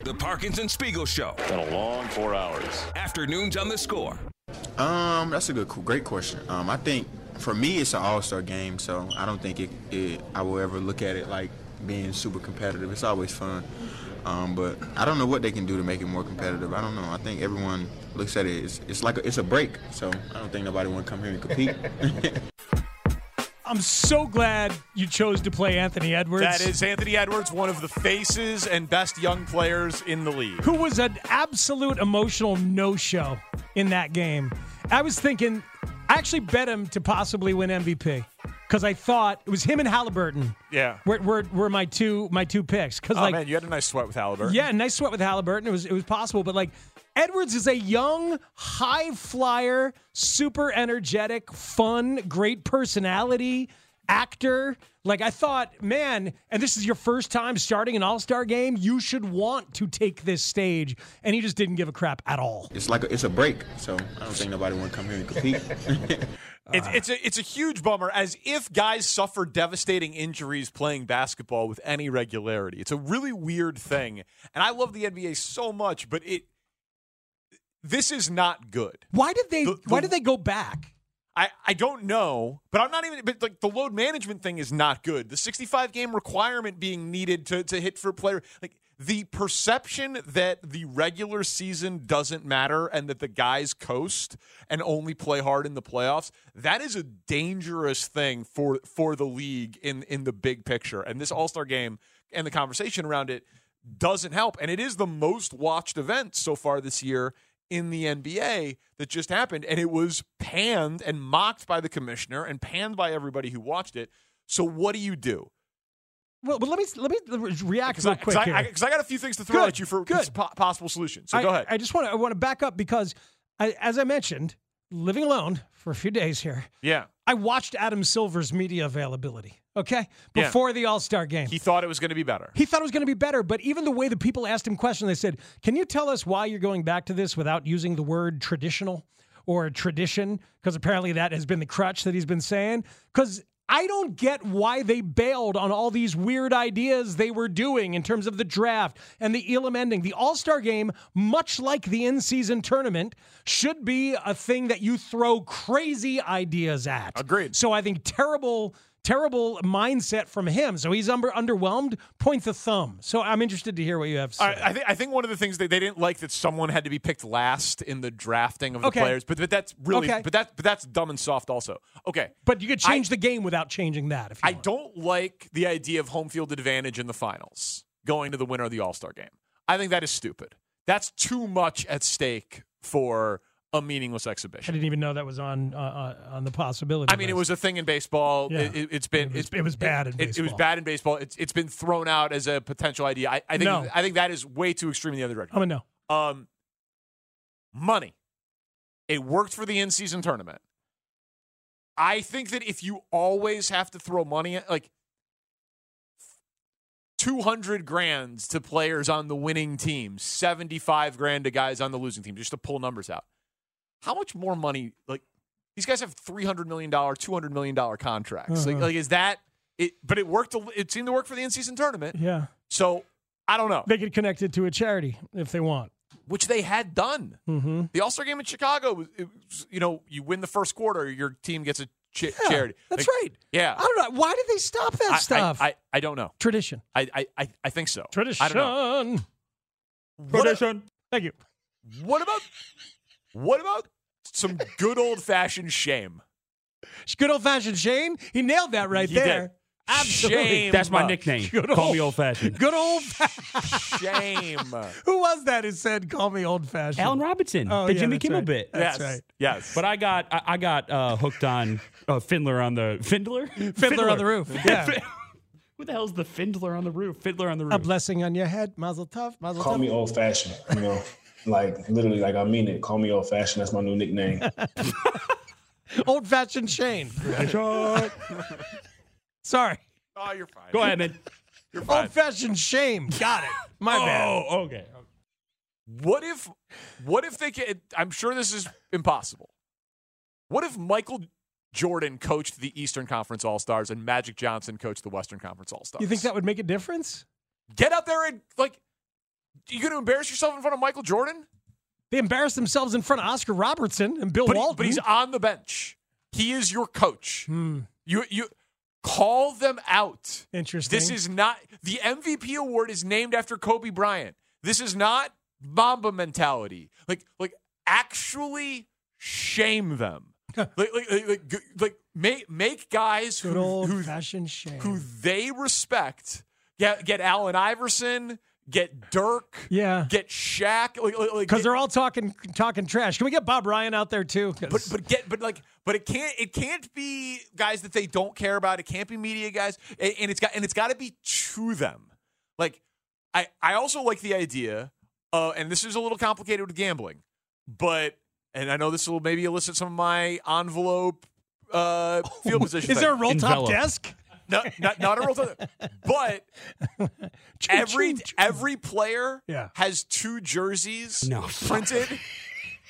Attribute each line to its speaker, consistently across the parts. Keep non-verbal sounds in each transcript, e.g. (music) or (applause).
Speaker 1: The Parkinson Spiegel Show.
Speaker 2: Been a long four hours.
Speaker 1: Afternoons on the score.
Speaker 3: Um, that's a good, great question. Um, I think for me it's an All Star game, so I don't think it, it, I will ever look at it like being super competitive. It's always fun, um, but I don't know what they can do to make it more competitive. I don't know. I think everyone looks at it. It's, it's like a, it's a break, so I don't think nobody want to come here and compete.
Speaker 4: I'm so glad you chose to play Anthony Edwards.
Speaker 5: That is Anthony Edwards, one of the faces and best young players in the league.
Speaker 4: Who was an absolute emotional no show in that game. I was thinking, I actually bet him to possibly win MVP because I thought it was him and Halliburton.
Speaker 5: Yeah.
Speaker 4: Were, were, were my two my two picks because
Speaker 5: Oh
Speaker 4: like
Speaker 5: man, you had a nice sweat with Halliburton.
Speaker 4: yeah, nice sweat with Halliburton. It was it was possible, but like Edwards is a young, high flyer, super energetic, fun, great personality, actor. Like I thought, man, and this is your first time starting an all-star game, you should want to take this stage. And he just didn't give a crap at all.
Speaker 3: It's like a, it's a break, so I don't think nobody want to come here and compete.
Speaker 5: It's, it's a it's a huge bummer. As if guys suffer devastating injuries playing basketball with any regularity. It's a really weird thing, and I love the NBA so much, but it this is not good.
Speaker 4: Why did they
Speaker 5: The- the-
Speaker 4: why did they go back?
Speaker 5: I, I don't know, but I'm not even. But like the load management thing is not good. The 65 game requirement being needed to to hit for player like the perception that the regular season doesn't matter and that the guys coast and only play hard in the playoffs. That is a dangerous thing for for the league in in the big picture. And this All Star game and the conversation around it doesn't help. And it is the most watched event so far this year in the NBA that just happened. And it was panned and mocked by the commissioner and panned by everybody who watched it. So what do you do?
Speaker 4: Well, but let me let me react
Speaker 5: Because
Speaker 4: real
Speaker 5: I,
Speaker 4: quick
Speaker 5: 'cause I-
Speaker 4: here.
Speaker 5: I- 'cause I got a few things to throw
Speaker 4: Good,
Speaker 5: at you for
Speaker 4: good.
Speaker 5: po- possible solutions. So
Speaker 4: I,
Speaker 5: go ahead.
Speaker 4: I just want to I want to back up because, I, as I mentioned, living alone for a few days here,
Speaker 5: yeah.
Speaker 4: I watched Adam Silver's media availability. Okay,
Speaker 5: Yeah.
Speaker 4: before the All Star game,
Speaker 5: He
Speaker 4: he,
Speaker 5: thought it was going to be better.
Speaker 4: thought it was going to be better, but even the way the people asked him questions, they said, "Can you tell us why you're going back to this without using the word traditional or tradition?" Because apparently that has been the crutch that he's been saying. Because I don't get why they bailed on all these weird ideas they were doing in terms of the draft and the Elam ending. The All Star game, much like the in season tournament, should be a thing that you throw crazy ideas at.
Speaker 5: Agreed.
Speaker 4: So I think terrible, terrible mindset from him. So he's under, underwhelmed. Point the thumb. So I'm interested to hear what you have to say.
Speaker 5: All right, I, think I think one of the things that they didn't like that someone had to be picked last in the drafting of the
Speaker 4: Okay.
Speaker 5: players, but but that's really
Speaker 4: Okay.
Speaker 5: but that but that's dumb and soft also. Okay,
Speaker 4: but you could
Speaker 5: I-
Speaker 4: change the game without changing that. If you
Speaker 5: I
Speaker 4: want.
Speaker 5: don't like the idea of home field advantage in the finals, going to the winner of the All Star game. I think that is stupid. That's too much at stake for a meaningless
Speaker 4: I
Speaker 5: exhibition.
Speaker 4: didn't even know that was on uh, uh, on the possibility.
Speaker 5: I mean, it
Speaker 4: list.
Speaker 5: was a thing in baseball.
Speaker 4: Yeah.
Speaker 5: It, it, has been
Speaker 4: It was- it was bad in
Speaker 5: it- It, was
Speaker 4: baseball.
Speaker 5: bad in baseball. It's it's been thrown out as a potential idea. I, I think
Speaker 4: No.
Speaker 5: I think that is way too extreme in the other direction.
Speaker 4: I'm a no.
Speaker 5: Um, money. It worked for the in-season tournament. I think that if you always have to throw money, at, like two hundred grand to players on the winning team, seventy-five grand to guys on the losing team, just to pull numbers out. How much more money? Like these guys have three hundred million dollar, two hundred million dollar contracts. Like,
Speaker 4: Uh-huh.
Speaker 5: like is that? It, but it worked. a li- It seemed to work for the in-season tournament.
Speaker 4: Yeah,
Speaker 5: So I don't know,
Speaker 4: they could connect it to a charity if they want.
Speaker 5: which they had done.
Speaker 4: Mm-hmm.
Speaker 5: The All Star game in Chicago, was- it was, you know, you win the first quarter, your team gets a ch-
Speaker 4: Yeah,
Speaker 5: charity.
Speaker 4: That's
Speaker 5: Like,
Speaker 4: right.
Speaker 5: Yeah.
Speaker 4: I don't know. Why did they stop that
Speaker 5: I- I-
Speaker 4: stuff?
Speaker 5: I, I, don't know.
Speaker 4: Tradition.
Speaker 5: I, I, I, I think so.
Speaker 4: Tradition.
Speaker 5: I don't know. What, a-
Speaker 4: Thank you.
Speaker 5: what about what about some good old
Speaker 4: (laughs)
Speaker 5: fashioned shame?
Speaker 4: Good old fashioned Shane. He nailed that right
Speaker 5: He did.
Speaker 4: there. Absolutely.
Speaker 5: Shame.
Speaker 6: That's my nickname.
Speaker 4: Good
Speaker 6: Call
Speaker 4: old-
Speaker 6: me old
Speaker 4: (laughs)
Speaker 6: fashioned.
Speaker 4: Good old. Fa-
Speaker 5: Shame.
Speaker 4: who was that who said, "Call me old fashioned"?
Speaker 6: Alan Robinson,
Speaker 4: Oh,
Speaker 6: the
Speaker 4: yeah,
Speaker 6: Jimmy
Speaker 4: that's
Speaker 6: Kimmel
Speaker 4: right.
Speaker 6: bit.
Speaker 4: That's
Speaker 5: yes.
Speaker 4: right.
Speaker 5: Yes.
Speaker 6: But I got I, I got uh, hooked on uh, Findler on the Findler
Speaker 4: Fiddler on the roof. Yeah.
Speaker 6: (laughs) Who the hell's the Findler on the roof? Fiddler on the roof.
Speaker 4: A blessing on your head, Mazel Tov, Mazel
Speaker 7: Call
Speaker 4: Tov.
Speaker 7: me old fashioned, you
Speaker 4: (laughs)
Speaker 7: know. Like literally, like I mean it. Call me old fashioned. That's my new
Speaker 6: (laughs)
Speaker 7: nickname.
Speaker 4: Old fashioned
Speaker 5: (laughs)
Speaker 4: Shane. Sorry,
Speaker 5: oh, you're fine.
Speaker 6: Go ahead, man.
Speaker 5: You're fine.
Speaker 4: old fashioned shame. Oh, Got it. My bad.
Speaker 6: Oh, okay.
Speaker 5: What if, what if they can? I'm sure this is impossible. What if Michael Jordan coached the Eastern Conference All Stars and Magic Johnson coached the Western Conference All Stars?
Speaker 4: You think that would make a difference?
Speaker 5: Get out there and like, you going to embarrass yourself in front of Michael Jordan?
Speaker 4: They embarrassed themselves in front of Oscar Robertson and Bill
Speaker 5: But, he-
Speaker 4: Walton.
Speaker 5: but he's on the bench. He is your coach.
Speaker 4: Hmm.
Speaker 5: You you call them out.
Speaker 4: Interesting.
Speaker 5: This is not the MVP award is named after Kobe Bryant. This is not Mamba mentality. Like like actually
Speaker 4: (laughs)
Speaker 5: shame them. like like like, like, g- like make make guys
Speaker 4: good
Speaker 5: who
Speaker 4: old
Speaker 5: who,
Speaker 4: fashioned shame.
Speaker 5: who they respect. Get get Allen Iverson. Get Dirk.
Speaker 4: Yeah.
Speaker 5: Get Shaq. Like like, like
Speaker 4: Because
Speaker 5: get-
Speaker 4: they're all talking talking trash. Can we get Bob Ryan out there too? 'Cause-
Speaker 5: but but get but like but it can't it can't be guys that they don't care about. It can't be media guys, and, and it's got and it's got to be to them. Like I I also like the idea, uh, and this is a little complicated with gambling, but and I know this will maybe elicit some of my envelope
Speaker 4: (laughs)
Speaker 5: uh, field position.
Speaker 4: is there a roll top
Speaker 6: Envelope.
Speaker 4: desk?
Speaker 5: no, not, not a real time.
Speaker 4: (laughs)
Speaker 5: But every every player
Speaker 4: Yeah.
Speaker 5: has two jerseys
Speaker 6: No.
Speaker 5: printed,
Speaker 4: (laughs)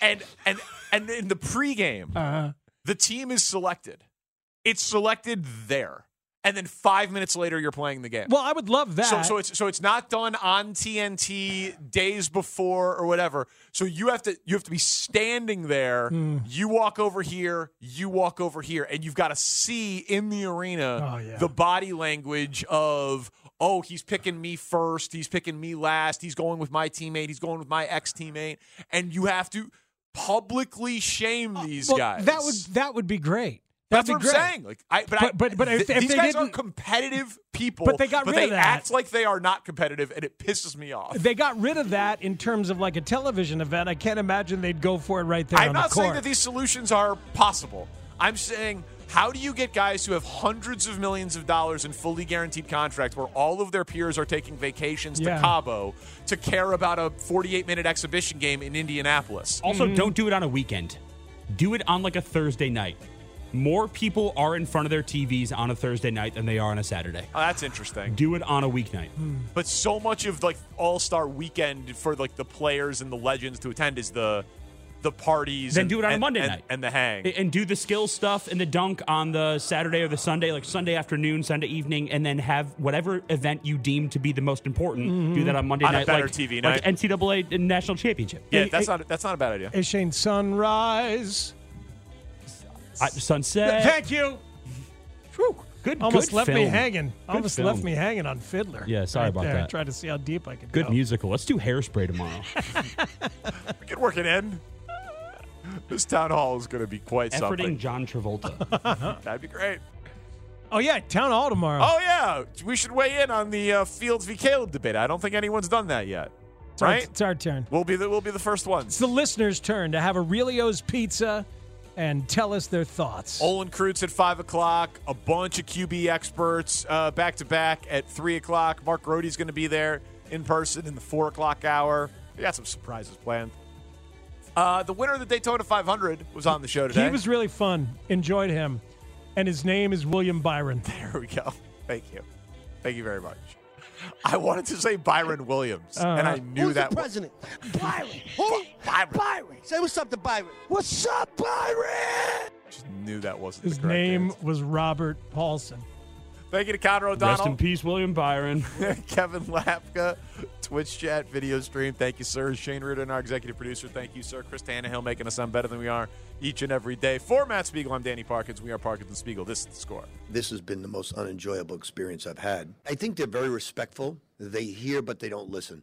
Speaker 5: and and and in the pregame,
Speaker 4: Uh-huh.
Speaker 5: the team is selected. It's selected there, and then five minutes later, you're playing the game.
Speaker 4: Well, I would love that.
Speaker 5: so, so it's so it's not done on TNT days before or whatever. So you have to you have to be standing there.
Speaker 4: Hmm.
Speaker 5: You walk over here, you walk over here, and you've got to see in the arena
Speaker 4: Oh, yeah.
Speaker 5: the body language of oh he's picking me first, he's picking me last, he's going with my teammate, he's going with my ex teammate, and you have to publicly shame these
Speaker 4: Uh, Well,
Speaker 5: guys.
Speaker 4: That would that would be great. That'd
Speaker 5: That's
Speaker 4: be
Speaker 5: what I'm
Speaker 4: great.
Speaker 5: saying. Like, I, but, I,
Speaker 4: But- but- but if-
Speaker 5: th-
Speaker 4: if
Speaker 5: these
Speaker 4: they
Speaker 5: guys are
Speaker 4: didn't-
Speaker 5: competitive people.
Speaker 4: But they got rid of that.
Speaker 5: act like they are not competitive, and it pisses me off.
Speaker 4: They got rid of that in terms of like a television event. I can't imagine they'd go for it right there.
Speaker 5: I'm
Speaker 4: on the
Speaker 5: not saying
Speaker 4: court.
Speaker 5: that these solutions are possible. I'm saying, how do you get guys who have hundreds of millions of dollars in fully guaranteed contracts, where all of their peers are taking vacations
Speaker 4: Yeah.
Speaker 5: to Cabo, to care about a 48 minute exhibition game in Indianapolis?
Speaker 6: Also, don't do it on a weekend. Do it on like a Thursday night. More people are in front of their TVs on a Thursday night than they are on a Saturday.
Speaker 5: Oh, that's interesting.
Speaker 6: Do it on a weeknight.
Speaker 5: But so much of like All Star Weekend for like the players and the legends to attend is the the parties.
Speaker 6: Then
Speaker 5: and,
Speaker 6: do it on a
Speaker 5: and-
Speaker 6: Monday
Speaker 5: and-
Speaker 6: night.
Speaker 5: and the hang.
Speaker 6: A- And do the skill stuff and the dunk on the Saturday or the Sunday, like Sunday afternoon, Sunday evening, and then have whatever event you deem to be the most important. Do that on Monday
Speaker 5: Hmm. On a
Speaker 6: night,
Speaker 5: better
Speaker 6: like,
Speaker 5: TV night.
Speaker 6: like NCAA national championship.
Speaker 5: yeah, that's not that's not a bad idea.
Speaker 4: Hey Shane, sunrise.
Speaker 6: I- sunset.
Speaker 4: Thank you. Whew.
Speaker 6: Good-
Speaker 4: Almost
Speaker 6: good
Speaker 4: left me
Speaker 6: film.
Speaker 4: hanging.
Speaker 6: Good
Speaker 4: Almost
Speaker 6: film.
Speaker 4: left me hanging on Fiddler.
Speaker 6: Yeah, sorry
Speaker 4: Right
Speaker 6: about
Speaker 4: there.
Speaker 6: that.
Speaker 4: Trying to see how deep I could
Speaker 6: Good
Speaker 5: Oh.
Speaker 4: go.
Speaker 6: musical. Let's do
Speaker 5: (laughs)
Speaker 6: hairspray tomorrow.
Speaker 5: We can work it in. This town hall is going to be quite
Speaker 6: Efforting
Speaker 5: something.
Speaker 6: John
Speaker 5: (laughs)
Speaker 6: Travolta.
Speaker 5: That'd be great.
Speaker 4: Oh yeah, town hall tomorrow.
Speaker 5: Oh yeah, we should weigh in on the uh, Fields v Caleb debate. I don't think anyone's done that yet,
Speaker 4: it's Our,
Speaker 5: right?
Speaker 4: it's our turn.
Speaker 5: We'll be the we'll be the first
Speaker 4: It's
Speaker 5: ones.
Speaker 4: the listeners' turn to have Aurelio's pizza and tell us their thoughts.
Speaker 6: Oh,
Speaker 5: Olin Kreutz at five o'clock. A bunch of QB experts uh, back to back at three o'clock. Mark Rohde's going to be there in person in the four o'clock hour. We got some surprises planned. Uh, the winner of the Daytona 500 was on the show today.
Speaker 4: He was really fun. Enjoyed him. And his name is William Byron.
Speaker 5: (laughs) There we go. Thank you. Thank you very much. I wanted to say Byron Williams,
Speaker 4: Uh-huh.
Speaker 5: and I knew that. was
Speaker 7: Byron. Who?
Speaker 5: Byron.
Speaker 7: Say what's up to Byron. What's up, Byron?
Speaker 5: Just knew that wasn't
Speaker 4: His
Speaker 5: the correct
Speaker 4: name
Speaker 5: answer.
Speaker 4: was Robert Paulson.
Speaker 5: Thank you to Conrad
Speaker 6: Rest in
Speaker 5: O'Donnell,
Speaker 6: peace, William Byron.
Speaker 5: (laughs) Kevin Lapka, Twitch chat, video stream. Thank you, sir. Shane Reardon, our executive producer. Thank you, sir. Chris Tannehill making us sound better than we are each and every day. For Matt Spiegel, I'm Danny Parkins. We are Parkins and Spiegel. This is the score.
Speaker 7: This has been the most unenjoyable experience I've had. I think they're very respectful.
Speaker 8: They hear, but they don't listen.